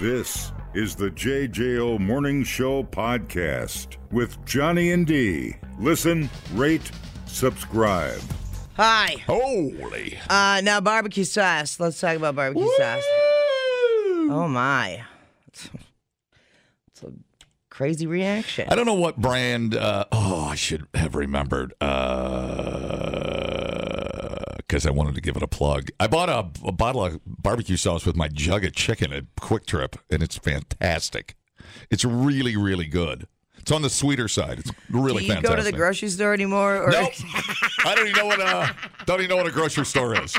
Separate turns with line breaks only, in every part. This is the JJO Morning Show podcast with Johnny and D. Listen, rate, subscribe.
Hi.
Holy.
Uh, now barbecue sauce. Let's talk about barbecue sauce. Oh my. It's a crazy reaction.
I don't know what brand. Uh, oh, I should have remembered because I wanted to give it a plug. I bought a, a bottle of barbecue sauce with my jug of chicken at Quick Trip, and it's fantastic. It's really, really good. It's on the sweeter side. It's
Do
really
you
fantastic.
go to the grocery store anymore? Or
Nope. I don't even know what a don't even know what a grocery store is.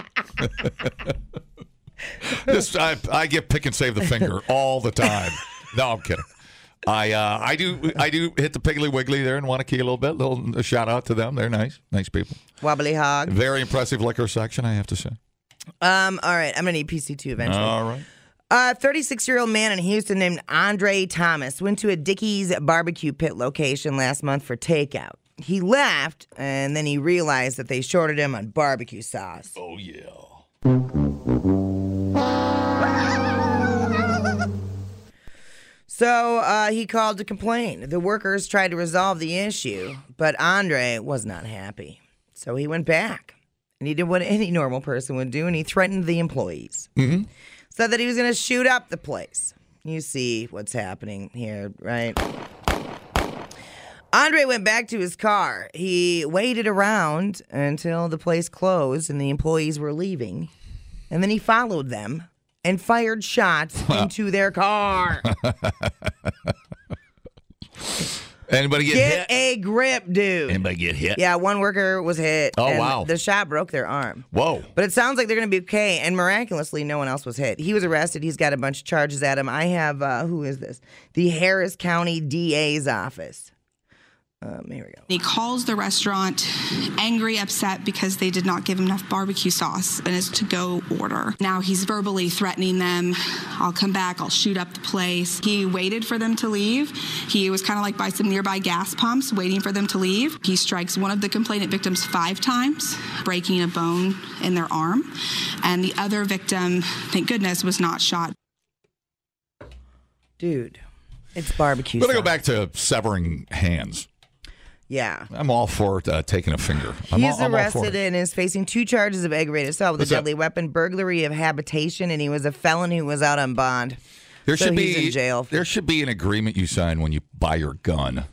Just I, I get pick and save the finger all the time. No, I'm kidding. I uh, I do I do hit the Piggly Wiggly there in Wanakee a little bit. Little uh, shout out to them. They're nice, nice people.
wobbly hog.
Very impressive liquor section, I have to say.
Um, all right, I'm gonna need PC two eventually.
All right.
A 36 year old man in Houston named Andre Thomas went to a Dickey's barbecue pit location last month for takeout. He left and then he realized that they shorted him on barbecue sauce.
Oh yeah.
So uh, he called to complain. The workers tried to resolve the issue, but Andre was not happy. So he went back and he did what any normal person would do and he threatened the employees. Mm-hmm. Said that he was going to shoot up the place. You see what's happening here, right? Andre went back to his car. He waited around until the place closed and the employees were leaving. And then he followed them and fired shots into their car.
Anybody get,
Get
hit?
a grip, dude.
Anybody get hit?
Yeah, one worker was hit.
Oh,
and
wow.
The shot broke their arm.
Whoa.
But it sounds like they're going to be okay, and miraculously, no one else was hit. He was arrested. He's got a bunch of charges at him. I have, uh, who is this? The Harris County DA's office. Um, here we go.
He calls the restaurant angry, upset because they did not give him enough barbecue sauce in his to go order. Now he's verbally threatening them I'll come back, I'll shoot up the place. He waited for them to leave. He was kind of like by some nearby gas pumps waiting for them to leave. He strikes one of the complainant victims five times, breaking a bone in their arm. And the other victim, thank goodness, was not shot.
Dude, it's barbecue.
I'm gonna go
sauce.
back to severing hands.
Yeah.
I'm all for uh, taking a finger. I'm
He is
all, I'm all for
arrested
it.
and is facing two charges of aggravated assault with
What's
a
that?
deadly weapon, burglary of habitation, and he was a felon who was out on bond.
There
So
should
he's
be
in jail.
There should be an agreement you sign when you buy your gun uh,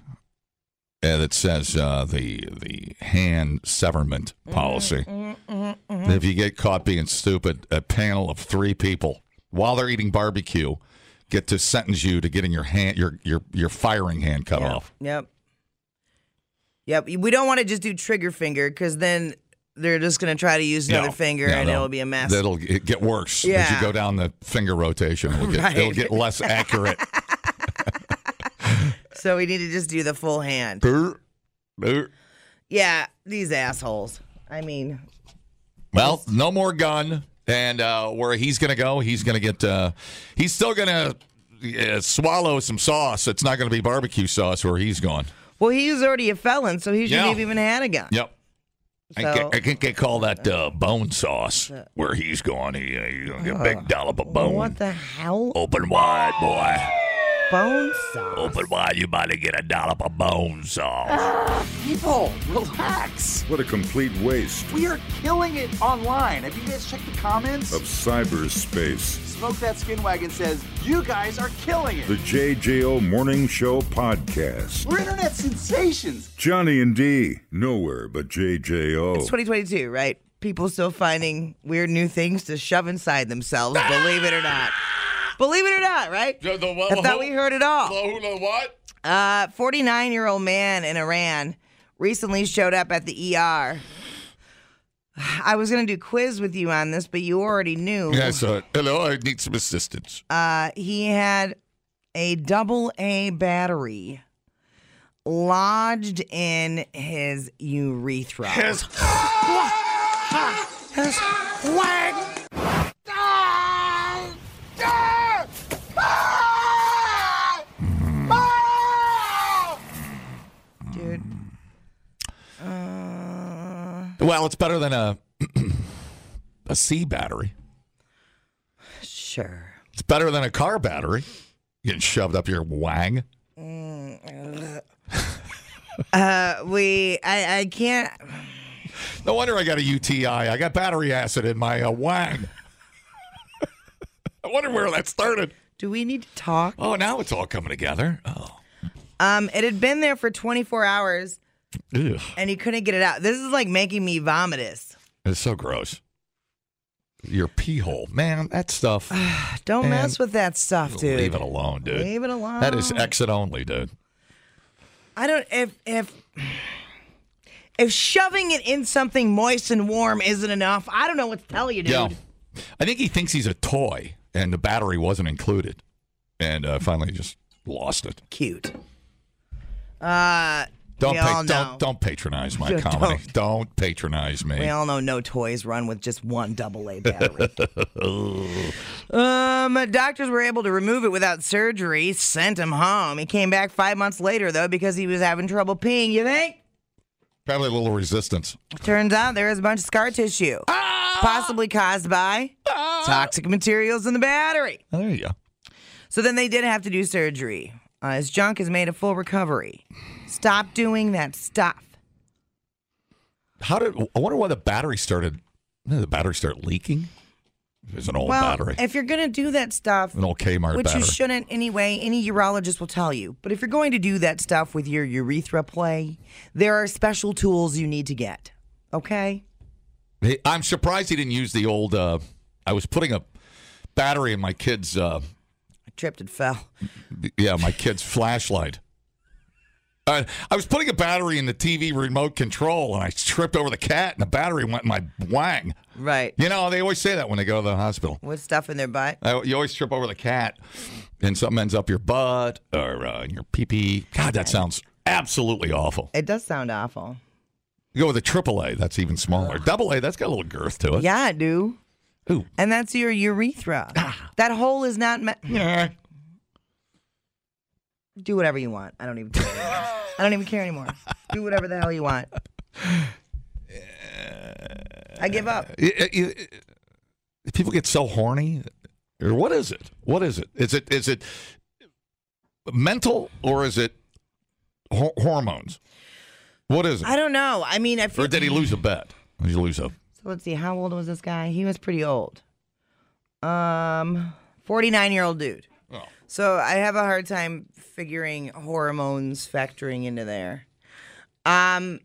that says uh, the the hand severment
Mm-hmm,
policy. If you get caught being stupid, a panel of three people while they're eating barbecue get to sentence you to getting your hand your your your firing hand cut off.
Yep. Yep. We don't want to just do trigger finger because then they're just going to try to use another
No.
finger
No,
and
no.
it'll be a mess.
That'll it get worse as
Yeah.
you go down the finger rotation. It'll get,
Right.
it'll get less accurate.
So we need to just do the full hand.
Brr, brr.
Yeah. These assholes. I mean,
Well, no more gun. And uh, where he's going to go, he's going to get. Uh, he's still going to uh, swallow some sauce. It's not going to be barbecue sauce where he's going.
well, he was already a felon, so he shouldn't
Yeah.
have even had a gun.
Yep. I,
So-
can't, I think they call that uh, bone sauce where he's going. He, uh, he's going to get a big dollop of bone.
Oh. What the hell?
Open wide, boy.
Bone saw.
Open wide. You about to get a dollop of bone
Uh,
sauce.
People, relax.
What a complete waste
We are killing it online. Have you guys checked the comments?
of cyberspace.
Smoke That Skin Wagon says, You guys are killing
The
it.
JJO Morning Show podcast.
We're internet sensations.
Johnny and D, nowhere but JJO.
It's 2022, right? People still finding weird new things to shove inside themselves, believe it or not. Believe it or not, right? I thought we heard it all.
what?
A 49 year old man in Iran recently showed up at the ER. I was going to do quiz with you on this, but you already knew.
Yes, uh, hello. I need some assistance.
Uh, he had a double A battery lodged in his urethra. Dude.
Well, it's better than a a C battery.
Sure.
It's Better than a car battery getting shoved up your wang.
Uh, we, I, I can't.
No wonder I got a UTI. I got battery acid in my uh, wang. I wonder where that started.
Do we need to talk?
Oh, now it's all coming together. Oh,
Um, it had been there for 24 hours,
Ugh.
and he couldn't get it out. This is like making me vomitous.
it's so gross. Your pee hole, man. That stuff.
Don't
And-
mess with that stuff, Ah, dude.
Leave it alone, dude.
Leave it alone.
That is exit only, dude.
I don't if if if shoving it in something moist and warm isn't enough. I don't know what to tell you, dude.
Yeah. I think he thinks he's a toy, and the battery wasn't included, and uh, finally just lost it.
Cute. Uh,
Don't
we
pa-
all know.
don't don't patronize my
Don't-
comedy. Don't, patronize me.
We all know no toys run with just one double A battery. um, doctors were able to remove it without surgery, sent him home. He came back five months later, though, because he was having trouble peeing, you think?
Probably a little resistance.
Turns out there is a bunch of scar tissue, possibly caused by toxic materials in the battery.
Oh, there you go.
So then they did have to do surgery. Uh, his junk has made a full recovery. Stop doing that stuff.
How did I wonder why the battery started? When did the battery start leaking? It was an old
well,
battery,
if you're going to do that stuff,
an old Kmart
which
battery.
you shouldn't anyway. Any urologist will tell you. But if you're going to do that stuff with your urethra play, there are special tools you need to get. Okay?
Hey, I'm surprised he didn't use the old. Uh, I was putting a battery in my kid's. Uh,
I tripped and fell.
yeah, my kid's flashlight. Uh, I was putting a battery in the TV remote control, and I tripped over the cat, and the battery went in my wang.
Right.
You know, they always say that when they go to the hospital.
With stuff in their butt.
Uh, you always trip over the cat, and something ends up your butt or uh, in your pee pee. God, that sounds absolutely awful.
It does sound awful.
You go with a triple A, that's even smaller. Double A, that's got a little girth to it.
Yeah, I do.
Ooh.
And that's your urethra. that hole is not meant.
Yeah.
Do whatever you want. I don't even care anymore. I don't even care anymore. Do whatever the hell you want. I give up.
It- it- it- it- people get so horny. Or what is it? What is it? Is it is it mental or is it ho- hormones? What is it?
I don't know. I mean, I feel.
Or did he lose a bet? Did he lose a?
So let's see, how old was this guy? He was pretty old. Um, 49 year old dude.
Oh.
So I have a hard time figuring hormones factoring into there. Um,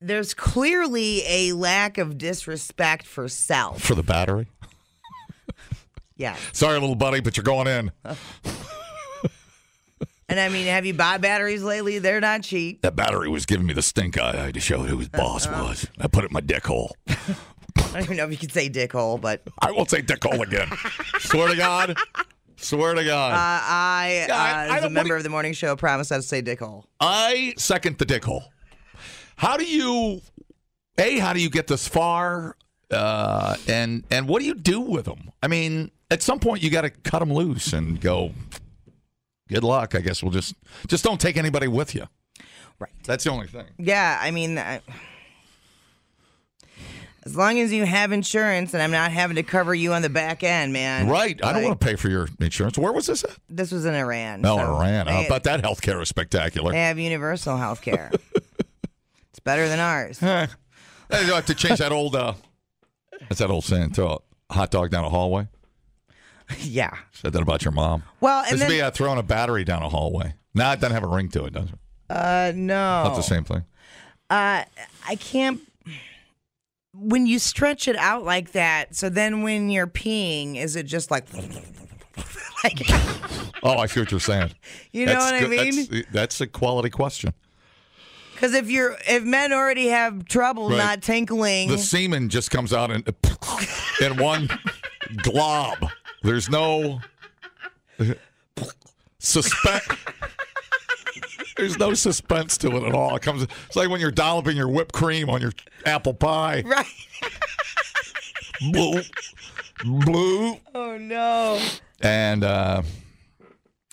there's clearly a lack of disrespect for self.
For the battery?
Yeah.
Sorry, little buddy, but you're going in.
And I mean, have you bought batteries lately? They're not cheap.
That battery was giving me the stink eye. I had to show it who his boss was. I put it in my dick hole.
I don't even know if you could say dickhole, but uh,
I won't say dick hole again. Swear to God. Swear to God.
uh, I,
Yeah, I-
uh,
I
as a
don't
member
wanna-
of the morning show, promised I'd say dickhole.
I second the dick hole. How do you, a? How do you get this far? Uh, and and what do you do with them? I mean, at some point you got to cut them loose and go. Good luck. I guess we'll just just don't take anybody with you.
Right.
That's the only thing.
Yeah, I mean, I, as long as you have insurance and I'm not having to cover you on the back end, man.
Right. I don't
Like,
want to pay for your insurance. Where was this at?
This was in Iran.
No,
so
Iran.
They,
Oh, I bet that healthcare is spectacular.
they have universal health care. it's better than ours.
Eh. Hey, you have to change that old. Uh, that's that old saying. Throw a hot dog down a hallway.
yeah.
Said that about your mom.
Well, and
this would be
then
uh, throwing a battery down a hallway. No, it doesn't have a ring to it, does it?
uh, no,
Not the same thing.
uh, I can't. When you stretch it out like that, so then when you're peeing, is it just like, like
Oh, I see what you're saying.
you know what I
good-
mean?
That's, that's a quality question.
Because if you're if men already have trouble
Right.
not tinkling,
The semen just comes out in, in one glob. There's no suspense. There's no suspense to it at all. It comes. It's like when you're dolloping your whipped cream on your apple pie.
right?
Blue, blue.
Oh no!
And uh,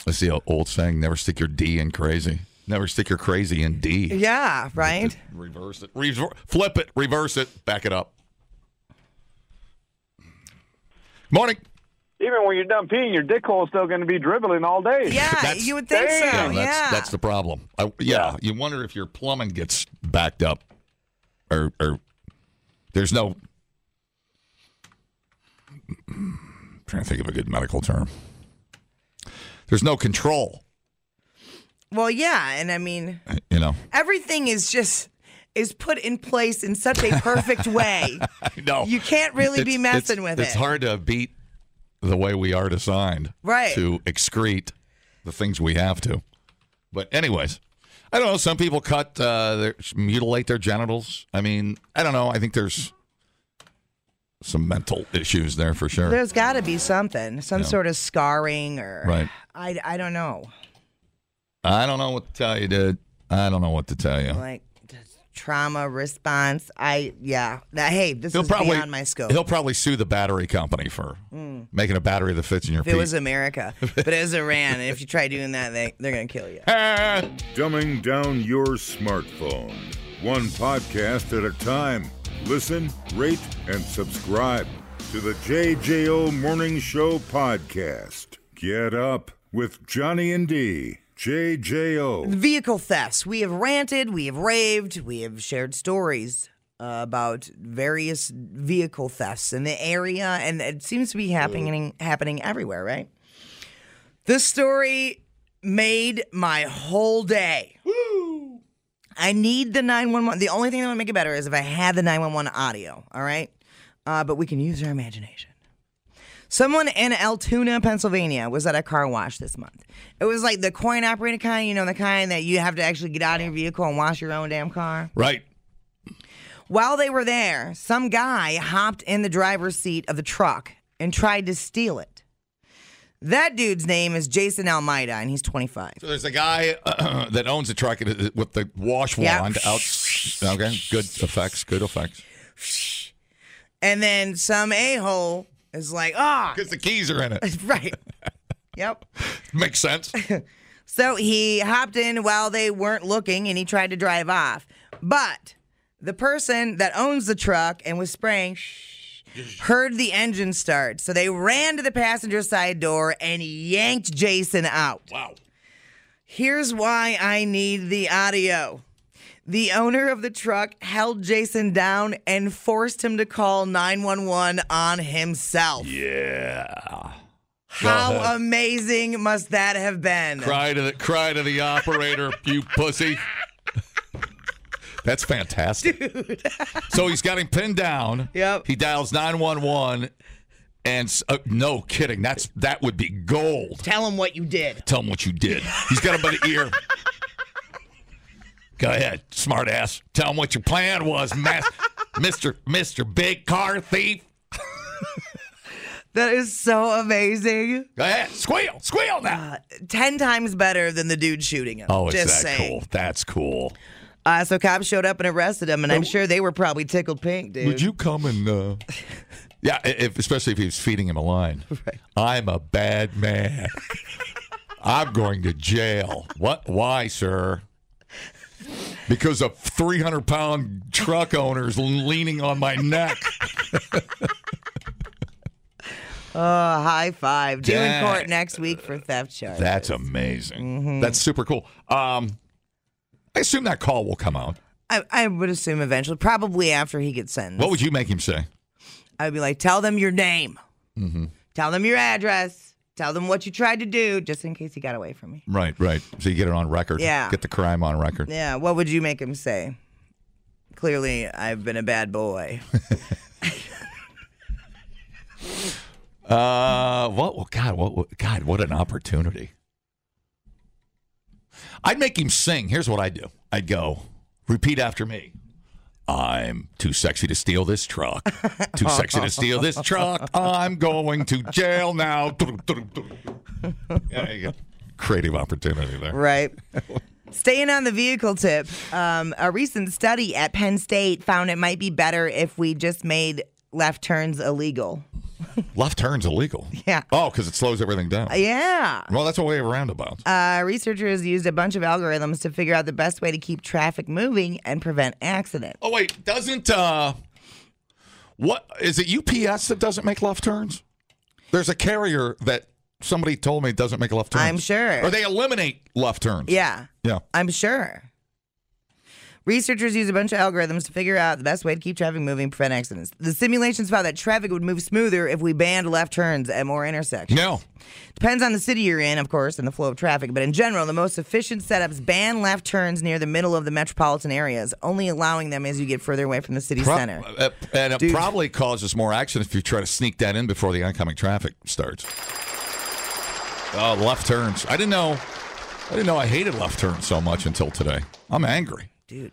let's see, old saying: never stick your D in crazy. Never stick your crazy in D.
Yeah, right.
Reverse it. Rever- flip it. Reverse it. Back it up. Morning.
even when you're done peeing, your dick hole's still going to be dribbling all day.
Yeah,
That's-
you would think so.
Yeah, that's
Oh, yeah.
that's the problem. I, yeah, you wonder if your plumbing gets backed up, or or there's no. I'm trying to think of a good medical term. There's no control,
well, yeah, and I mean,
you know.
everything is just is put in place in such a perfect way.
No,
You can't really be messing with
It's
it.
hard to beat the way we are designed,
Right.
To excrete the things we have to. But anyways, I don't know. Some people cut, uh, their, mutilate their genitals. I mean, I don't know. I think there's some mental issues there for sure.
There's got to be something, some sort of scarring or
Right.
I I don't know.
I don't know what to tell you, dude. I don't know what to tell you.
Like just trauma response. I yeah. That hey, this is beyond my scope. Mm.
He'll probably sue the battery company for making a battery that fits in your
if it
pee.
was America, but it was Iran, and if you try doing that, they they're gonna kill you.
Ah!
Dumbing down your smartphone. One podcast at a time. Listen, rate, and subscribe to the JJO Morning Show podcast. Get up with Johnny and D. JJO.
Vehicle thefts. We have ranted, we have raved, we have shared stories uh, about various vehicle thefts in the area, and it seems to be happening happening everywhere, right? This story made my whole day. I need the 911. The only thing that would make it better is if I had the 911 audio, all right? Uh, but we can use our imagination. Someone in Altoona, Pennsylvania was at a car wash this month. It was like the coin operated kind, you know, the kind that you have to actually get out of your vehicle and wash your own damn car.
Right.
While they were there, some guy hopped in the driver's seat of the truck and tried to steal it. That dude's name is Jason Almeida, and he's 25.
So there's a guy that owns a truck and- with the wash
Yeah.
wand out. Okay, good effects, good effects.
And then some a hole is like, ah,
Because the keys are in it.
right. Yep.
Makes sense.
So he hopped in while they weren't looking and he tried to drive off. But the person that owns the truck and was spraying shh, heard the engine start. So they ran to the passenger side door and yanked Jason out.
Wow.
Here's why I need the audio. The owner of the truck held Jason down and forced him to call 911 on himself.
Yeah. Go
How
ahead.
amazing must that have been?
Cry to the cry to the operator, you pussy. That's fantastic. so he's got him pinned down.
Yep.
He dials nine one one, and s- uh, no kidding. That's that would be gold.
Tell him what you did.
Tell him what you did. He's got him by the ear. Go ahead, smart ass. Tell him what your plan was, mas- Mr. Mr. Big Car Thief.
That is so amazing.
Go ahead, squeal, squeal now.
Ten times better than the dude shooting him.
Oh, is
Uh, Just
that
saying.
cool? That's cool.
Uh, so cops showed up and arrested him, and I'm sure they were probably tickled pink, dude.
Would you come and? Uh... yeah, i- if, especially if he was feeding him a line. I'm a bad man. I'm going to jail. What? Why, sir? Because a 300 pound truck owner is leaning on my neck.
Uh, high five. Due in
Dang.
court next week for theft charge.
That's amazing. That's super cool. Um, I assume that call will come out.
I, I would assume eventually, probably after he gets sentenced.
What would you make him say?
I would be like, tell them your name,
Mm-hmm.
tell them your address, tell them what you tried to do, just in case he got away from me.
Right, right. So you get it on record.
Yeah.
Get the crime on record.
Yeah, what would you make him say? Clearly, I've been a bad boy.
Uh, what? Well, God, what, what? God, what an opportunity. I'd make him sing. Here's what I'd do. I'd go repeat after me. I'm too sexy to steal this truck. Too sexy to steal this truck. I'm going to jail now. Yeah, you go. Creative opportunity there.
Right. Staying on the vehicle tip, um, a recent study at Penn State found it might be better if we just made left turns illegal.
Left turn's illegal.
Yeah.
Oh, because it slows everything down.
Yeah.
well, that's a way of roundabouts.
Uh, researchers used a bunch of algorithms to figure out the best way to keep traffic moving and prevent accidents.
oh wait, doesn't uh, what is it? UPS that doesn't make left turns? There's a carrier that somebody told me doesn't make left turns.
I'm sure.
Or they eliminate left turns.
Yeah,
Yeah.
I'm sure. Researchers use a bunch of algorithms to figure out the best way to keep traffic moving and prevent accidents. The simulations found that traffic would move smoother if we banned left turns at more intersections.
No.
Depends on the city you're in, of course, and the flow of traffic, but in general, the most efficient setups ban left turns near the middle of the metropolitan areas, only allowing them as you get further away from the city
Pro-
center.
uh, and it
Dude.
probably causes more accidents if you try to sneak that in before the oncoming traffic starts. Oh, left turns. I didn't know. I didn't know I hated left turns so much until today. I'm angry.
Dude,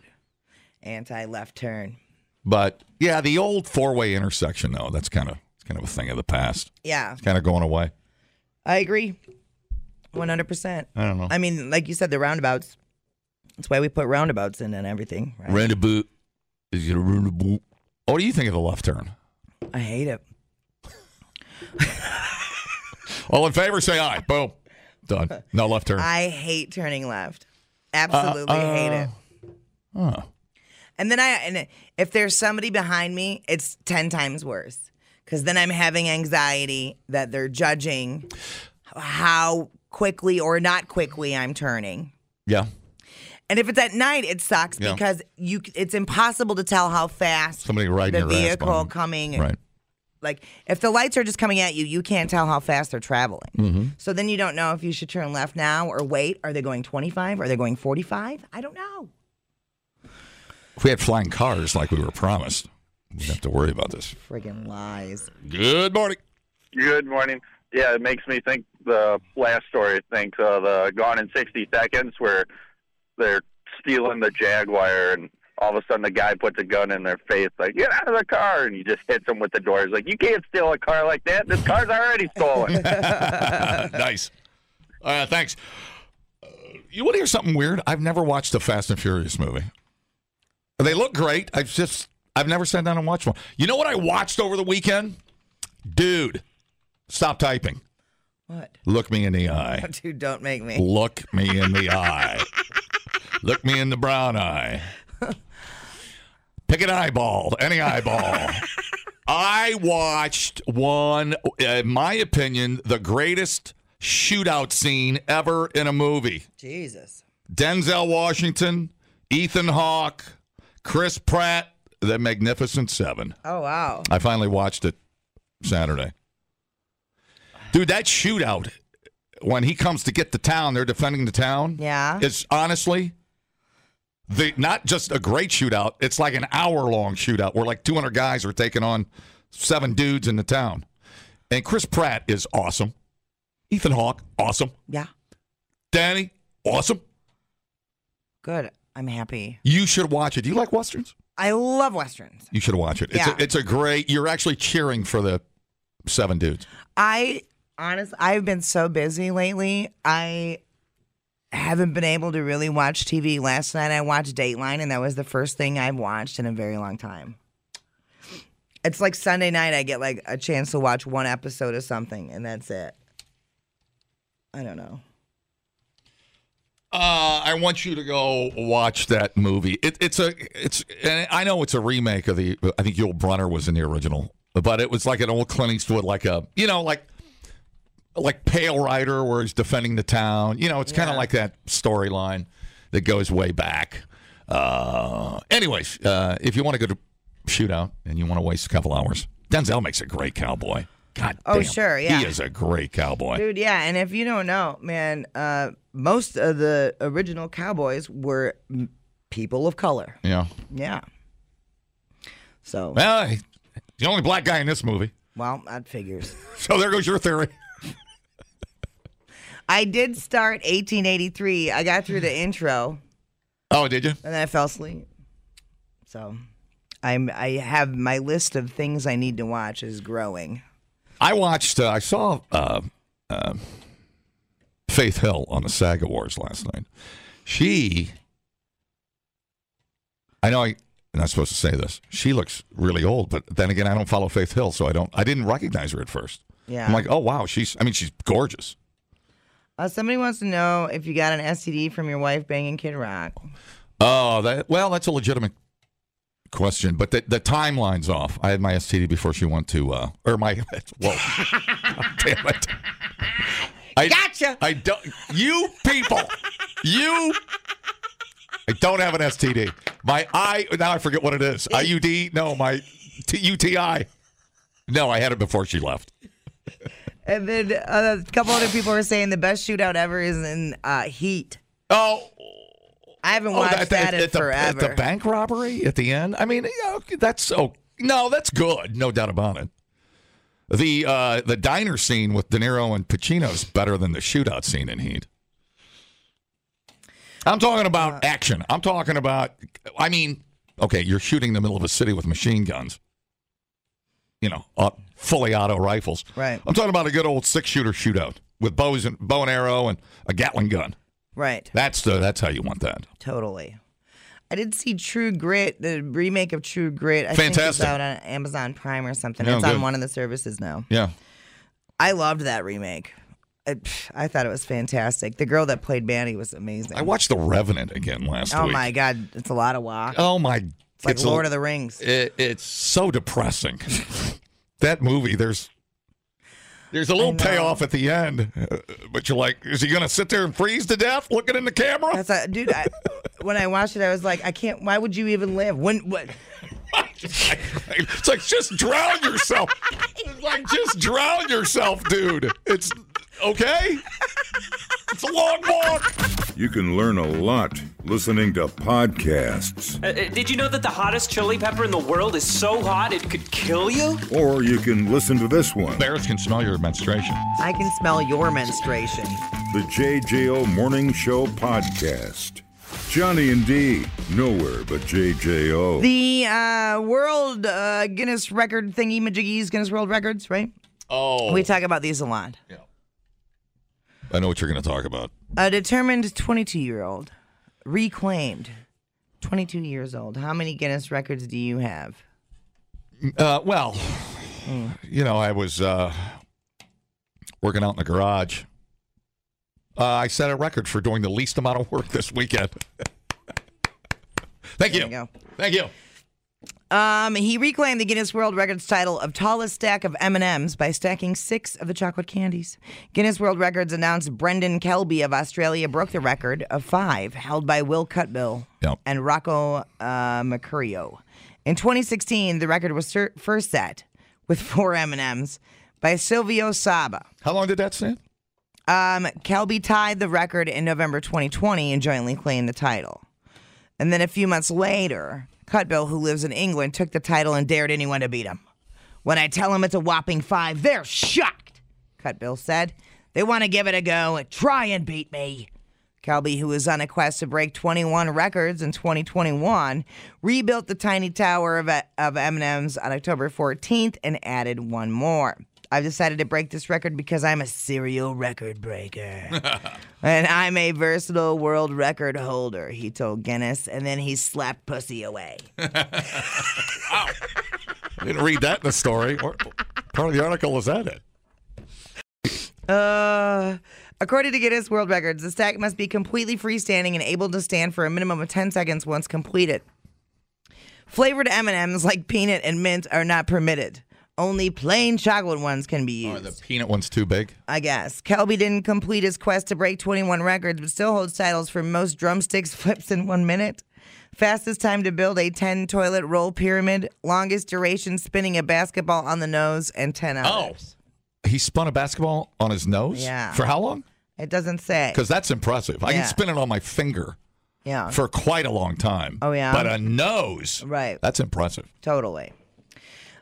anti left turn.
But yeah, the old four-way intersection though, that's kind of it's kind of a thing of the past.
Yeah,
It's kind of going away.
I agree. 100%.
I don't know.
I mean, like you said, the roundabouts. That's why we put roundabouts in and everything. Right?
Rendezvous is gonna ruin the boot. Oh, What do you think of the left turn?
I hate it.
All in favor, say aye. Boom. Done. No left turn.
I hate turning left. Absolutely hate it.
Oh.
And then I, and if there's somebody behind me, it's ten times worse because then I'm having anxiety that they're judging how quickly or not quickly I'm turning.
Yeah.
And if it's at night, it sucks
Yeah.
because you c- it's impossible to tell how fast
Somebody riding
the
your ass
vehicle
behind.
coming
Right.
like if the lights are just coming at you, you can't tell how fast they're traveling. So then you don't know if you should turn left now or wait. Are they going 25? Are they going 45? I don't know.
If we had flying cars like we were promised, we'd have to worry about this.
Friggin' lies.
Good morning.
Good morning. Yeah, it makes me think the last story. I think uh, the Gone in sixty seconds, where they're stealing the Jaguar, and all of a sudden the guy puts a gun in their face, like "Get out of the car!" and he just hits them with the door. He's like, "You can't steal a car like that. This car's already stolen."
nice. Uh, thanks. Uh, you want to hear something weird? I've never watched a Fast and Furious movie. They look great. I've just I've never sat down and watched one. You know what I watched over the weekend? Dude, stop typing.
What?
Look me in the eye.
Dude, don't make me.
Look me in the eye. Look me in the brown eye. Pick an eyeball, any eyeball. I watched one, in my opinion, the greatest shootout scene ever in a movie.
Jesus.
Denzel Washington, Ethan Hawke, Chris Pratt, The Magnificent Seven.
Oh, wow.
I finally watched it Saturday. Dude, that shootout when he comes to get the town, they're defending the town.
Yeah.
It's honestly the not just a great shootout, it's like an hour long shootout where like 200 guys are taking on seven dudes in the town. And Chris Pratt is awesome. Ethan Hawke, awesome.
Yeah.
Danny, awesome.
Good. I'm happy.
You should watch it. Do you like westerns?
I love Westerns.
You should watch it. It's,
Yeah.
a, it's a great. You're actually cheering for the seven dudes.
I, honest, I've been so busy lately. I haven't been able to really watch TV. Last night I watched Dateline, and that was the first thing I've watched in a very long time. It's like Sunday night, I get like a chance to watch one episode of something, and that's it. I don't know.
Uh, I want you to go watch that movie. It, it's a it's and I know it's a remake of the. I think Yul Brunner was in the original, but it was like an old Clint Eastwood, like a you know like like Pale Rider, where he's defending the town. You know, it's kind of like that storyline that goes way back. Uh, anyways, uh, if you want to go to shootout and you want to waste a couple hours, Denzel makes a great cowboy. God
Oh,
damn,
sure, yeah.
he is a great cowboy.
Dude, yeah, and if you don't know, man, uh, most of the original cowboys were m- people of color.
Yeah,
Yeah. So,
well, he- the only black guy in this movie.
well, that figures.
So there goes your theory.
I did start 1883. I got through the intro
Oh, did you?
and then I fell asleep. So, I'm I have my list of things I need to watch is growing.
I watched. Uh, I saw uh, uh, Faith Hill on the SAG Awards last night. She, I know I, I'm not supposed to say this. She looks really old, but then again, I don't follow Faith Hill, so I don't. I didn't recognize her at first.
Yeah.
I'm like, oh wow, she's. I mean, she's gorgeous.
Uh, somebody wants to know if you got an STD from your wife banging Kid Rock.
Oh, that well, that's a legitimate question, but the, the timeline's off. I had my STD before she went to, uh, or my, whoa, damn it. I,
Gotcha.
I don't, you people, you, I don't have an STD. My I, now I forget what it is. IUD? No, my T- UTI. No, I had it before she left.
And then uh, a couple other people are saying the best shootout ever is in uh, Heat.
Oh,
I haven't watched
at
that,
the-
in
at the, at
forever.
the bank robbery at the end. I mean, yeah, okay, that's oh no, that's good, no doubt about it. The uh, the diner scene with De Niro and Pacino's better than the shootout scene in Heat. I'm talking about
Uh,
action. I'm talking about. I mean, okay, you're shooting in the middle of a city with machine guns. You know, uh, fully auto rifles.
Right.
I'm talking about a good old six shooter shootout with bows and bow and arrow and a Gatling gun.
right.
That's the that's how you want that.
Totally. I did see True Grit, the remake of True Grit. I Think it's
Fantastic.
out on Amazon Prime or something.
Yeah,
it's
good.
on one of the services now.
Yeah.
I loved that remake. I, pff, I thought it was fantastic. The girl that played Manny was amazing.
I watched The Revenant again last
oh
week.
my god, it's a lot of walk.
Oh my!
it's like Lord of the Rings.
It, it's so depressing. that movie. There's there's a little
know.
payoff at the end, uh, but you're like, is he gonna sit there and freeze to death looking in the camera?
That's a, dude. I, when I watched it, I was like, I can't. Why would you even live? When what?
it's like just drown yourself. It's like just drown yourself, dude. It's okay. It's a long walk.
You can learn a lot listening to podcasts,
Uh, uh, did you know that the hottest chili pepper in the world is so hot it could kill you?
or you can listen to this one.
Bears can smell your menstruation.
I can smell your menstruation.
The JJO Morning Show Podcast. Johnny and D, nowhere but JJO.
The uh, world uh, Guinness record thingy majiggies, Guinness World Records, right?
Oh,
We talk about these a lot.
I know what you're gonna talk about.
A determined 22 year old reclaimed 22 years old. How many Guinness records do you have?
Uh, well, you know, I was uh, working out in the garage. Uh, I set a record for doing the least amount of work this weekend. Thank you.
you go.
Thank you.
Um, he reclaimed the Guinness World Records title of tallest stack of M&Ms by stacking 6 of the chocolate candies. Guinness World Records announced Brendan Kelby of Australia broke the record of 5 held by Will Cutbill
Yep.
and Rocco uh, Mercurio. In 2016, the record was ser- first set with 4 M&Ms by Silvio Saba.
How long did that stand?
Um, Kelby tied the record in November 2020 and jointly claimed the title. And then a few months later, Cutbill, who lives in England, took the title and dared anyone to beat him. When I tell them it's a whopping five, they're shocked, Cutbill said. They want to give it a go. Try and beat me. Kelby, who is on a quest to break 21 records in 2021, rebuilt the tiny tower of, of M&Ms on October 14th and added one more. I've decided to break this record because I'm a serial record breaker. and I'm a versatile world record holder, he told Guinness, and then he slapped pussy away.
I didn't read that in the story. Or part of the article was that it.
Uh, according to Guinness World Records, the stack must be completely freestanding and able to stand for a minimum of 10 seconds once completed. Flavored M&Ms like peanut and mint are not permitted. Only plain chocolate ones can be
Or
used.
Oh, the peanut one's too big.
I guess. Kelby didn't complete his quest to break 21 records, but still holds titles for most drumsticks flips in one minute, fastest time to build a 10 toilet roll pyramid, longest duration spinning a basketball on the nose, and 10 others.
He spun a basketball on his nose?
Yeah.
For how long?
It doesn't say.
Because that's impressive. I
Yeah.
can spin it on my finger
Yeah,
for quite a long time.
Oh, yeah?
But a nose.
Right.
That's impressive.
totally.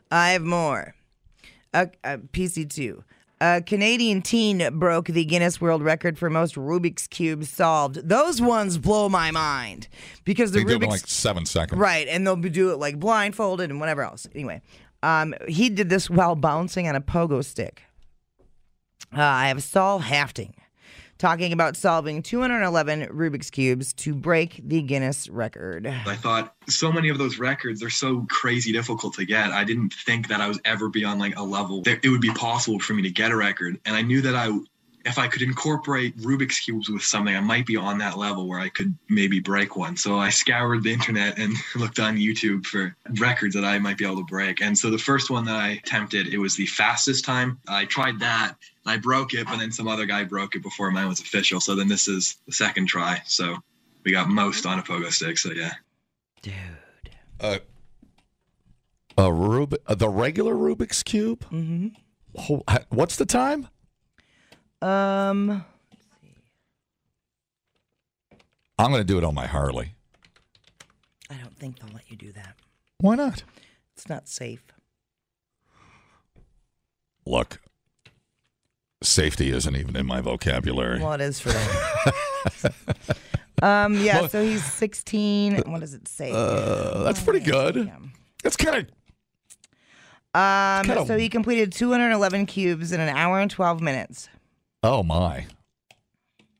I have more. Uh, uh, PC2. A Canadian teen broke the Guinness World Record for most Rubik's Cubes solved. Those ones blow my mind because the
They do it in
Rubik's
like seven seconds.
Right, and they'll be- do it like blindfolded and whatever else. Anyway, um, he did this while bouncing on a pogo stick. Uh, I have Saul Hafting talking about solving 211 Rubik's cubes to break the Guinness record.
I thought so many of those records are so crazy difficult to get. I didn't think that I was ever beyond like a level that it would be possible for me to get a record. And I knew that I if I could incorporate Rubik's cubes with something, I might be on that level where I could maybe break one. So I scoured the internet and looked on YouTube for records that I might be able to break. And so the first one that I attempted, it was the fastest time. I tried that. and I broke it, but then some other guy broke it before mine was official. So then this is the second try. So we got most on a pogo stick. So yeah.
Dude.
Uh, a Rub- uh, the regular Rubik's cube. Mm-hmm. What's the time?
Um,
I'm going to do it on my Harley.
I don't think they'll let you do that.
Why not?
It's not safe.
Look, safety isn't even in my vocabulary.
Well, it is for them. um, yeah, so he's 16. and What does it say? Um,
Uh, that's pretty good. That's kind of kinda-
um, so he completed 211 cubes in an hour and 12 minutes.
oh my,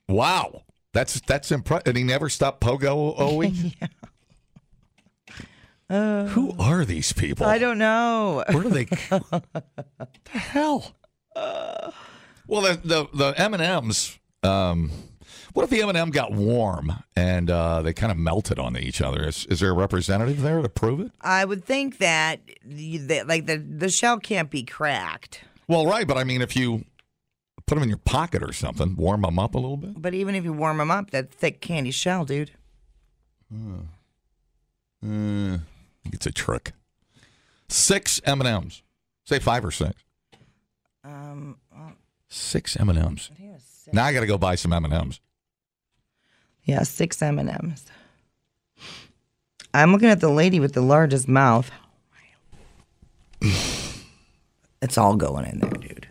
wow. That's that's impressive. And he never stopped pogo oing. Who are these people?
I don't know.
Where do they? what the hell? well, the the, the M and M's. Um, what if the M and M got warm and uh, they kind of melted on each other? Is, is there a representative there to prove it?
I would think that, you, that like the the shell can't be cracked.
Well, right, but I mean, if you put them in your pocket or something, warm them up a little bit.
But even if you warm them up, that thick candy shell, dude.
Uh, I think it's a trick. Six M and M's. Say five or six.
Um,
Six M and M's. Now I got to go buy some M and M's.
yeah, six M and M's. I'm looking at the lady with the largest mouth. it's all going in there, dude.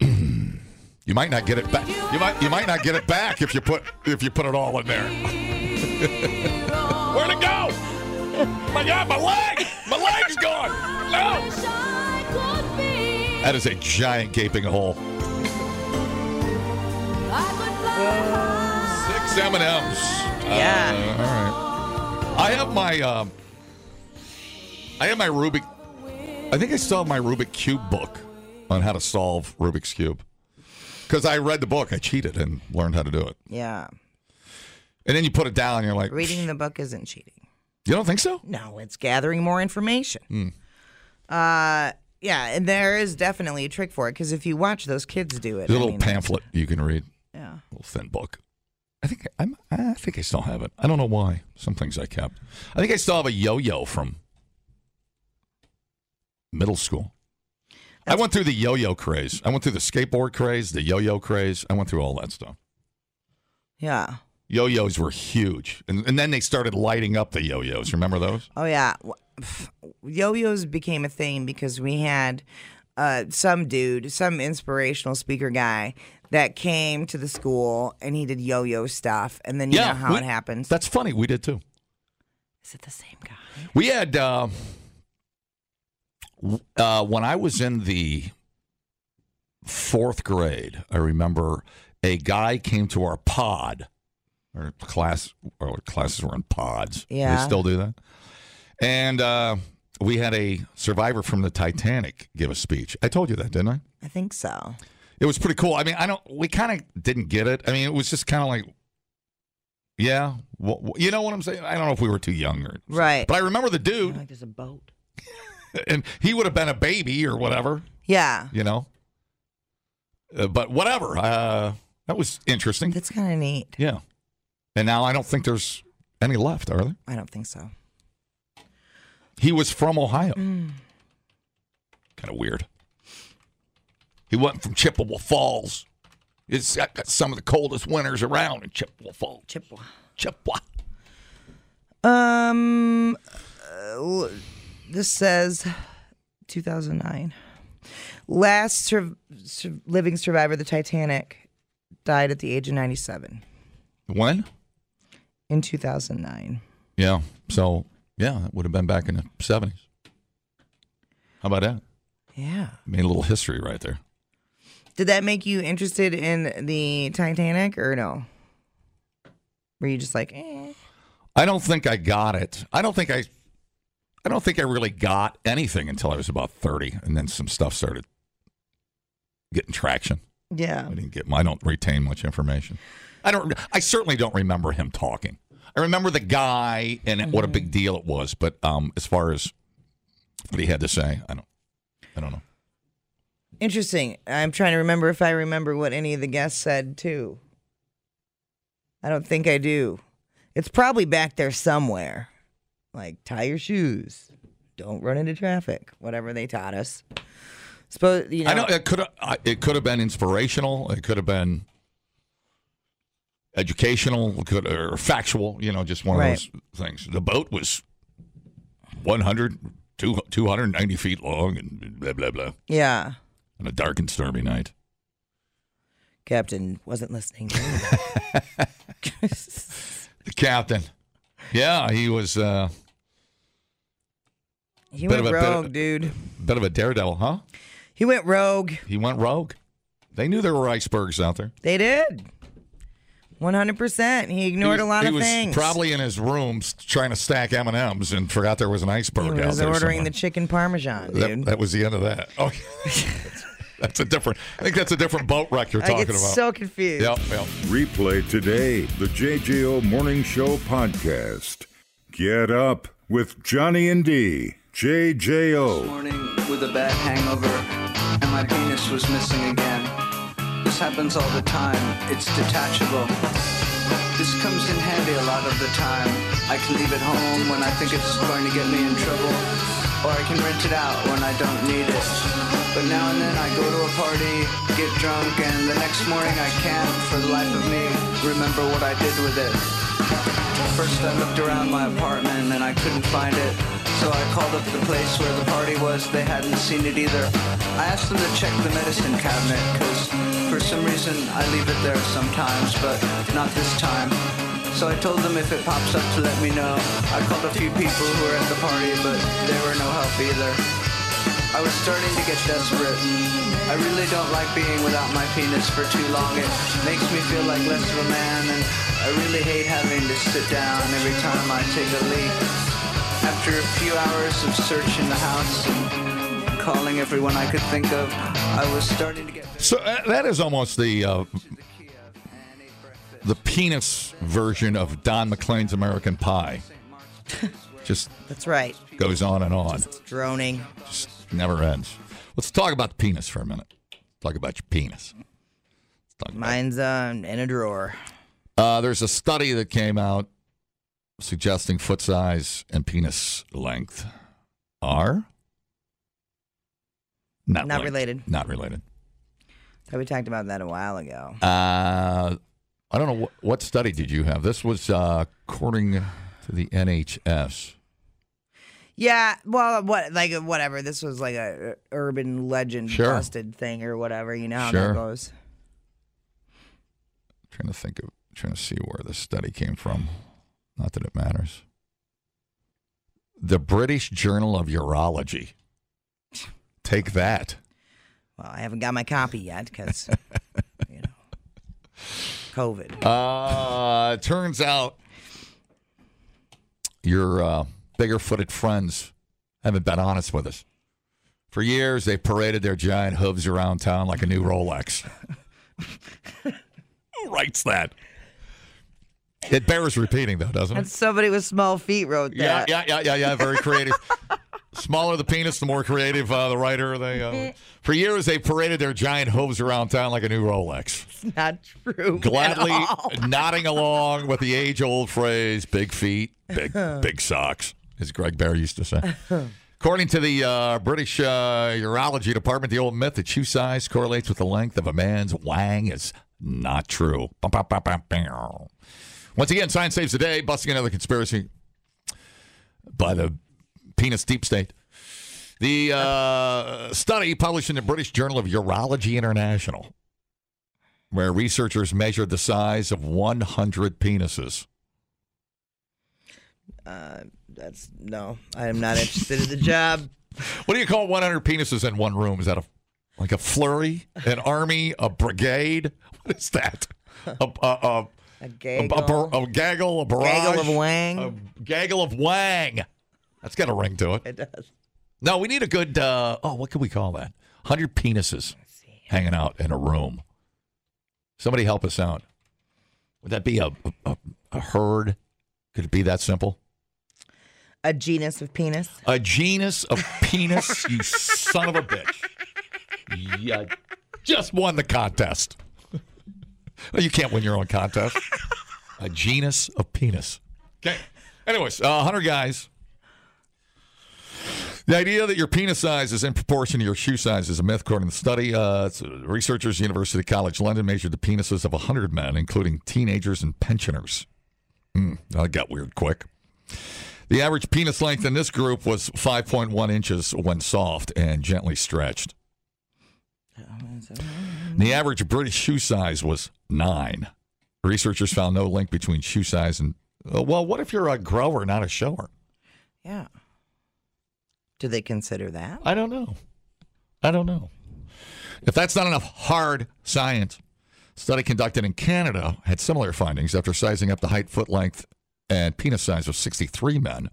You might not get it back. You might you might not get it back if you put if you put it all in there. Where'd it go? My God, my leg! My leg's gone! No! That is a giant gaping hole. Six M and M's. Uh,
Yeah.
All right. I have my um, I have my Rubik. I think I still have my Rubik cube book on how to solve Rubik's cube because I read the book. I cheated and learned how to do it.
Yeah.
And then you put it down. and You're like,
Reading the book isn't cheating.
you don't think so?
No, it's gathering more information.
Hmm.
Uh, yeah, and there is definitely a trick for it because if you watch those kids do it,
There's
I
a little
mean,
pamphlet you can read.
Yeah.
little thin book. I think I'm. I think I still have it. I don't know why. Some things I kept. I think I still have a yo-yo from middle school. I went through the yo-yo craze. I went through the skateboard craze, the yo-yo craze. I went through all that stuff.
Yeah.
Yo-yos were huge, and, and then they started lighting up the yo-yos. Remember those?
Oh yeah, W- pff, yo-yos became a thing because we had uh, some dude, some inspirational speaker guy that came to the school and he did yo-yo stuff, and then you know how
we-
it happens.
That's funny. We did too.
Is it the same guy?
We had uh, w- uh, when I was in the fourth grade. I remember a guy came to our pod, or class, or classes were in pods. Do
Yeah.
they still do that. And uh, we had a survivor from the Titanic give a speech. I told you that, didn't I?
I think so.
It was pretty cool. I mean, I don't. We kind of didn't get it. I mean, it was just kind of like, yeah, wh- wh- you know what I'm saying. I don't know if we were too young or
Right.
But I remember the dude
Like there's a boat.
and he would have been a baby or whatever,
Yeah,
you know. Uh, but whatever, uh, that was interesting.
that's kind of neat.
yeah, and now I don't think there's any left, are there?
I don't think so.
He was from Ohio. Kind of weird. He wasn't from Chippewa Falls. It's got some of the coldest winters around in Chippewa Falls.
Chippewa.
Chippewa.
Um, uh, l- this says 2009. Last sur- sur- living survivor of the Titanic died at the age of 97
When?
in 2009.
Yeah. So yeah, that would have been back in the seventies. How about that?
Yeah.
Made a little history right there.
Did that make you interested in the Titanic or no? Were you just like, eh?
I don't think I got it. I don't think I. I don't think I really got anything until I was about 30, and then some stuff started getting traction.
Yeah.
I didn't get. I don't retain much information. I don't. I certainly don't remember him talking. I remember the guy and what a big deal it was, but um, as far as what he had to say, I don't. I don't know.
Interesting. I'm trying to remember if I remember what any of the guests said too. I don't think I do. It's probably back there somewhere. Like tie your shoes, don't run into traffic, whatever they taught us. Suppose you know.
I know uh, it could. It could have been inspirational. It could have been educational. it Could or factual. You know, just one
Right.
of those things. The boat was 100, two- 290 feet long, and blah blah blah.
yeah,
On a dark and stormy night.
Captain wasn't listening.
The captain. Yeah, he was uh,
he went
Bit of a- bit of-
rogue, dude.
a bit of a daredevil, huh?
He went rogue.
He went rogue. They knew there were icebergs out there.
They did. 100%. He ignored
he was,
a lot
he
of
was
things.
Probably in his room s- trying to stack M and M's and forgot there was an iceberg
He
out
was
there.
ordering the
somewhere.
chicken parmesan,
that,
dude.
that was the end of that. Oh, that's- that's a different. I think that's a different boat wreck you're
I
talking
get
about.
so confused.
yep, yep.
Replay today the JJO Morning Show podcast. Get up with Johnny and D. JJO.
morning with a bad hangover, and my penis was missing again. This happens all the time, it's detachable. This comes in handy a lot of the time. I can leave it home when I think it's going to get me in trouble, or I can rent it out when I don't need it. But now and then I go to a party, get drunk, and the next morning I can't, for the life of me, remember what I did with it. First I looked around my apartment and I couldn't find it. So I called up the place where the party was. They hadn't seen it either. I asked them to check the medicine cabinet because for some reason I leave it there sometimes, but not this time. So I told them if it pops up to let me know. I called a few people who were at the party, but they were no help either. I was starting to get desperate. I really don't like being without my penis for too long. It makes me feel like less of a man, and I really hate having to sit down every time I take a leak. After a few hours of searching the house and calling everyone I could think of, I was starting to get
So uh, that is almost the uh,
to the Kiev and ate breakfast.
the penis version of Don McLean's American Pie. Just
That's right.
goes on and on.
Droning.
just never ends. Let's talk about the penis for a minute. Talk about your penis. Let's talk about-
Mine's uh, in a drawer.
Uh, there's a study that came out suggesting foot size and penis length are not,
Not
linked.
related.
Not related.
So we talked about that a while ago.
Uh, I don't know what, what study did you have. This was uh, according to the NHS.
Yeah, well, what, like, whatever. This was like a uh, urban legend
Sure.
busted thing or whatever. You know how
Sure.
that goes.
trying to think of trying to see where this study came from. Not that it matters. The British Journal of Urology. Take that.
Well, I haven't got my copy yet because, you know, COVID.
Uh, it turns out your uh, bigger footed friends haven't been honest with us. For years, they paraded their giant hooves around town like a new Rolex. Who writes that? It bears repeating, though, doesn't it?
And somebody with small feet wrote
Yeah,
that.
yeah, yeah, yeah, yeah. Very creative. Smaller the penis, the more creative uh, the writer. They uh, for years they paraded their giant hooves around town like a new Rolex,
It's not true. at
gladly
all.
nodding along with the age-old phrase "big feet, big big socks," as Greg Bear used to say. According to the uh, British uh, Urology Department, the old myth that shoe size correlates with the length of a man's wang is not true. Bum, bum, bum, bum, bum. Once again, science saves the day, busting another conspiracy by the penis deep state. The uh, study published in the British Journal of Urology International, where researchers measured the size of 100 penises.
That's no. I am not interested in the job.
What do you call 100 penises in one room? Is that a like a flurry, an army, a brigade? What is that? A a a,
A
a,
gaggle.
a, bar- a gaggle, a barrage,
Gaggle of wang.
a gaggle of wang. That's got a ring to it.
It does.
No, we need a good. Uh, oh, what can we call that? Hundred penises hanging out in a room. Somebody help us out. Would that be a a, a herd? Could it be that simple?
A genus of penis.
A genus of penis, you son of a bitch. Yeah, just won the contest. Well, you can't win your own contest. A genus of penis. Okay. Anyways, uh, 100 guys. The idea that your penis size is in proportion to your shoe size is a myth, according to the study. Uh, it's, uh, researchers, University College London, measured the penises of 100 men, including teenagers and pensioners. Hmm, that got weird quick. The average penis length in this group was 5.1 inches when soft and gently stretched. The average British shoe size was nine. Researchers found no link between shoe size and, uh, well, what if you're a grower, not a shower?
Yeah. Do they consider that?
I don't know. I don't know. If that's not enough hard science, a study conducted in Canada had similar findings after sizing up the height, foot length, and penis size of 63 men.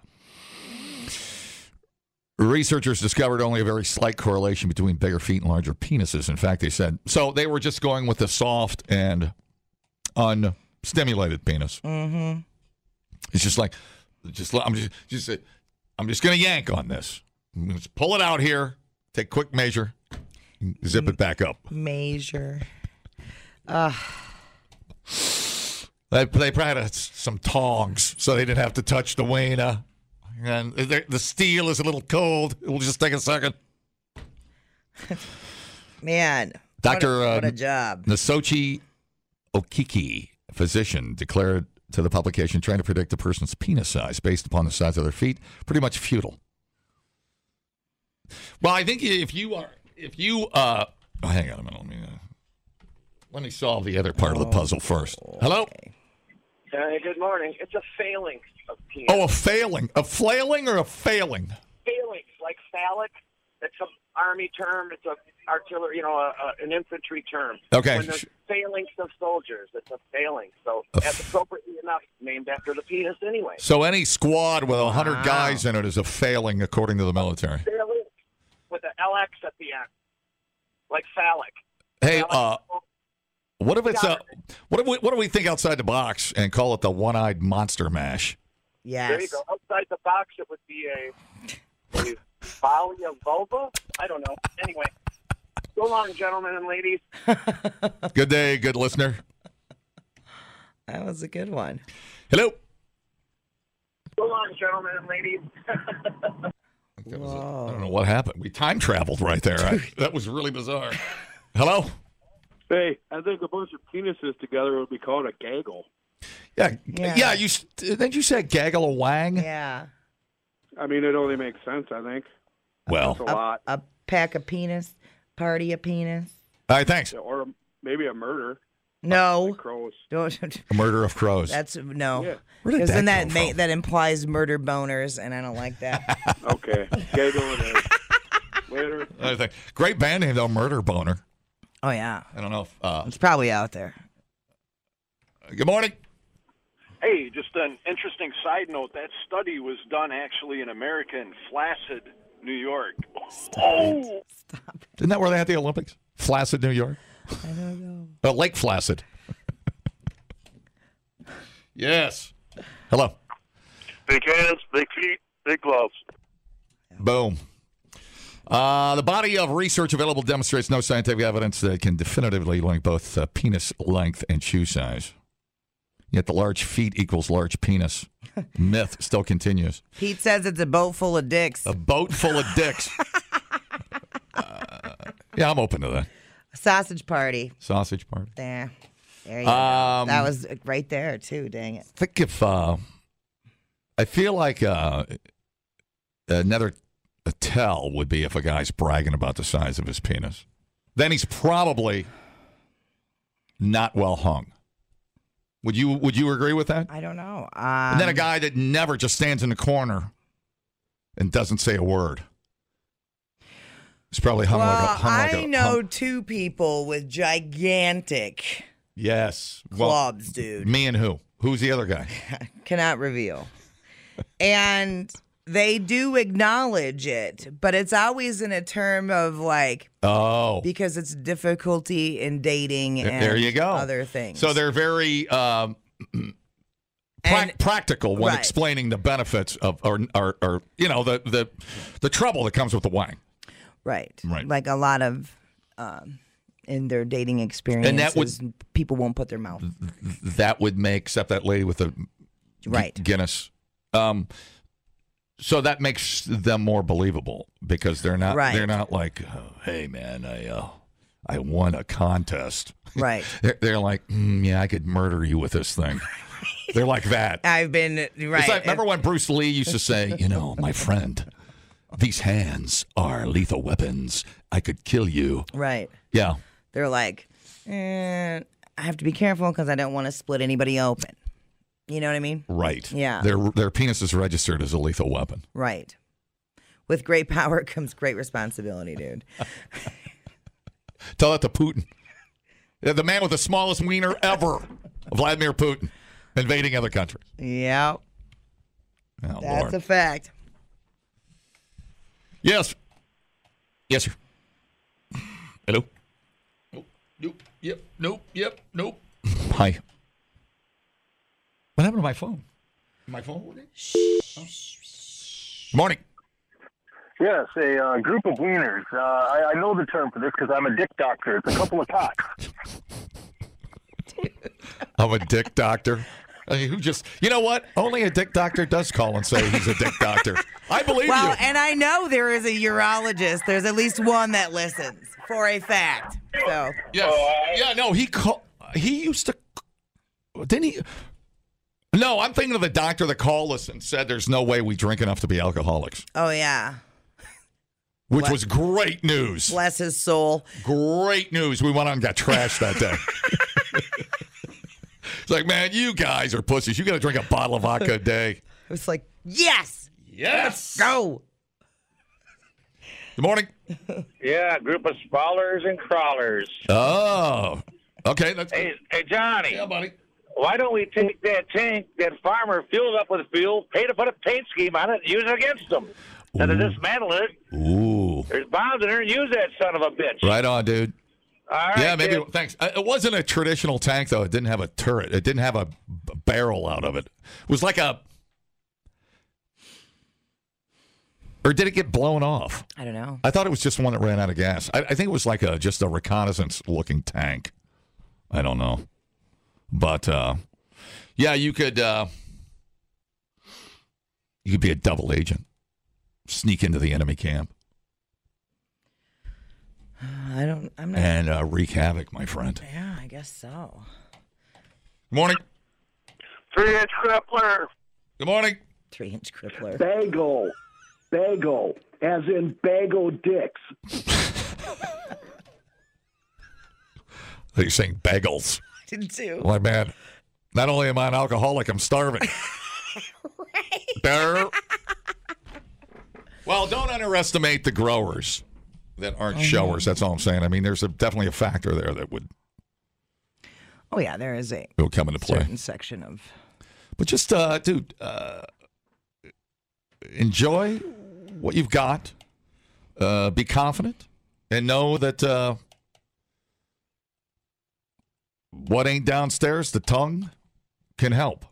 Researchers discovered only a very slight correlation between bigger feet and larger penises. In fact, they said so they were just going with the soft and unstimulated penis. Mm-hmm. It's just like, just I'm just just uh, I'm just gonna yank on this. I'm gonna just pull it out here, take quick measure, and zip it back up.
Measure.
They, they probably had some tongs, so they didn't have to touch the wiener. And the the steel is a little cold. It will just take a second.
Man.
Dr.,
What a, what a
uh,
job.
Nasochi Okiki, physician, declared to the publication trying to predict a person's penis size based upon the size of their feet pretty much futile. Well, I think if you are, if you, uh, oh, hang on a minute, let me, uh, let me solve the other part of the puzzle first. Hello?
Hey, good morning. It's a failing of penis.
Oh, a failing, a flailing or a failing?
Phalanx, like phallic. It's an army term. It's a artillery, you know, a, a, an infantry term.
Okay.
When there's phalanx of soldiers, it's a phalanx. So
A
that's
f-
appropriately enough named after the penis anyway.
So any squad with 100 guys in it is a failing, according to the military.
Phalanx with an LX at the end, like phallic.
Hey,
Phallic-
uh, What if it's a what if we, what do we think outside the box and call it the one-eyed monster mash?
Yes.
there you go. Outside the box, it would be a, a volley of vulva. I don't know. Anyway, so long, gentlemen and ladies.
Good day, good listener.
That was a good one.
Hello.
So long, gentlemen and ladies.
That was a- I don't know what happened. We time traveled right there. I- that was really bizarre. Hello.
Hey, I think a bunch of penises together would be called a gaggle.
Yeah, yeah.
Yeah.
you s- didn't you say gaggle a wang?
Yeah.
I mean, it only makes sense, I think.
Well,
A lot.
A pack of penis, party of penis.
all right. Thanks.
Or maybe a murder.
No.
Crows.
Don't.
A murder of crows.
That's no.
Yeah.
Where did
Because
that
then that
come
ma-
from?
that implies murder boners, and I don't like that.
Okay. gaggle it is. Later.
All right, thanks. Great band name though, Murder Boner.
oh yeah,
I don't know. If, uh,
it's probably out there.
good morning.
Hey, just an interesting side note. That study was done actually in America in Flaccid, New York. Oh,
Isn't that where they had the Olympics? Flaccid, New York.
I don't know.
Uh, Lake Flaccid. yes. Hello.
Big hands, big feet, big gloves.
Boom. Uh, the body of research available demonstrates no scientific evidence that can definitively link both uh, penis length and shoe size. Yet the large feet equals large penis. Myth still continues.
Pete says it's a boat full of dicks.
A boat full of dicks. Uh, yeah, I'm open to that.
Sausage party.
Sausage party.
There. There you
Um,
go. That was right there too. Dang it.
think if uh, I feel like uh, another a tell would be if a guy's bragging about the size of his penis, then he's probably not well hung. Would you Would you agree with that?
I don't know. Um,
and then a guy that never just stands in the corner and doesn't say a word. He's probably hung
Well,
like a hung like
I
a-
know
hung-
two people with gigantic
yes, Well,
clubs, dude.
me and who? Who's the other guy?
Cannot reveal. And They do acknowledge it, but it's always in a term of like
Oh.
because it's difficulty in dating
Th-
and
there you go.
other things.
So they're very um, pra- practical when
right.
explaining the benefits of, or, or, or you know, the, the the trouble that comes with the wine.
right.
Right.
Like a lot of um in their dating experiences
would-
people won't put their mouth.
That would make, except that lady with the Gu-
Right.
Guinness. Um, so that makes them more believable because they're not
Right.
they're not like, oh, hey man, I uh, I won a contest.
Right.
They're, they're like, "Mm, yeah, I could murder you with this thing. they're like that.
I've been right.
It's like, remember when Bruce Lee used to say, you know, my friend, these hands are lethal weapons. I could kill you.
right.
Yeah.
They're like, eh, I have to be careful because I don't want to split anybody open. You know what I mean?
Right.
Yeah.
Their their penis is registered as a lethal weapon.
Right. With great power comes great responsibility, dude.
Tell that to Putin. Yeah, The man with the smallest wiener ever, Vladimir Putin, invading other countries.
Yeah,
Oh,
that's
Lord.
a fact.
yes. Yes, sir. Hello? Nope. Yep. Nope. Yep. Nope. Hi. What happened to my phone? My phone working? Morning.
Yes, a uh, group of wieners. Uh, I, I know the term for this because I'm a dick doctor. It's a couple of cocks.
I'm a dick doctor. I mean, who just, you know what? Only a dick doctor does call and say he's a dick doctor. I believe
well,
you.
and I know there is a urologist. There's at least one that listens for a fact. So
Yes. Yeah, no, he called. He used to. Didn't he? No, I'm thinking of the doctor that called us and said there's no way we drink enough to be alcoholics,
Oh yeah.
which
What?
was great news.
Bless his soul.
Great news. We went out and got trashed that day. it's like, man, you guys are pussies. You got to drink a bottle of vodka a day.
It was like, yes.
Yes.
Go.
Good morning.
Yeah, group of sprawlers and crawlers.
Oh, okay. That's
Hey, hey, Johnny. Yeah,
buddy.
Why don't we take that tank that farmer filled up with fuel, pay to put a paint scheme on it, and use it against them? And to dismantle it,
Ooh.
there's bombs in there, and use that son of a bitch.
Right on, dude.
All right,
yeah, maybe.
kid.
Thanks. Uh, It wasn't a traditional tank though. It didn't have a turret. It didn't have a b- barrel out of it. It was like a. Or did it get blown off?
I don't know.
I thought it was just one that ran out of gas. I, I think it was like a just a reconnaissance looking tank. I don't know, but uh, yeah, you could uh, you could be a double agent, sneak into the enemy camp
I don't. I'm not.
and uh, wreak havoc, my friend.
Yeah, I guess so.
Morning.
Three inch crippler.
Good morning.
Three inch crippler.
Bagel. Bagel. As in bagel dicks.
You're saying bagels.
Did too.
Like, man, not only am I an alcoholic, I'm starving. Durr. well, don't underestimate the growers that aren't showers. That's all I'm saying. I mean, there's a, definitely a factor there that would,
Oh yeah, there is a
that would come into play.
certain section of
But just, uh, dude, uh, enjoy what you've got. Uh, be confident and know that uh, what ain't downstairs, the tongue, can help.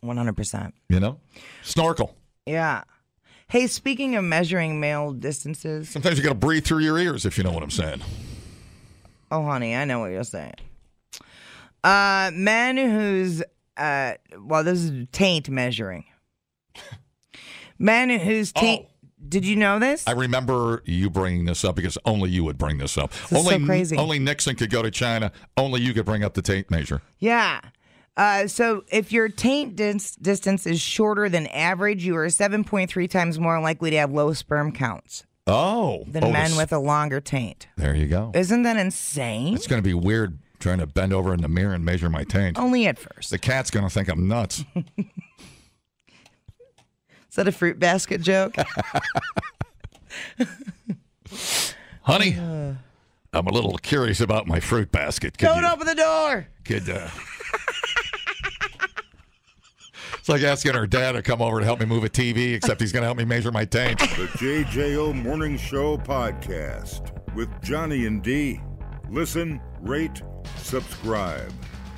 100. percent
You know, snorkel.
Yeah. Hey, speaking of measuring male distances,
Sometimes you got to breathe through your ears if you know what I'm saying.
oh honey, I know what you're saying. Uh, men whose uh, well, this is taint measuring. Men whose taint. Did you know this?
Oh. I remember you bringing this up because only you would bring this up.
is
only
so crazy.
only Nixon could go to China. Only you could bring up the tape measure.
Yeah. Uh, so if your taint dis- distance is shorter than average, you are 7.3 times more likely to have low sperm counts
Oh,
than
oh,
men
this-
with a longer taint.
There you go.
Isn't that insane?
It's going to be weird trying to bend over in the mirror and measure my taint.
Only at first.
The cat's going to think I'm nuts.
Is that a fruit basket joke?
Honey,
Uh.
I'm a little curious about my fruit basket. Could uh,
Don't
you-
open the door.
Could uh, It's like asking our dad to come over to help me move a TV, except he's going to help me measure my tank.
The JJO Morning Show podcast with Johnny and D. Listen, rate, subscribe.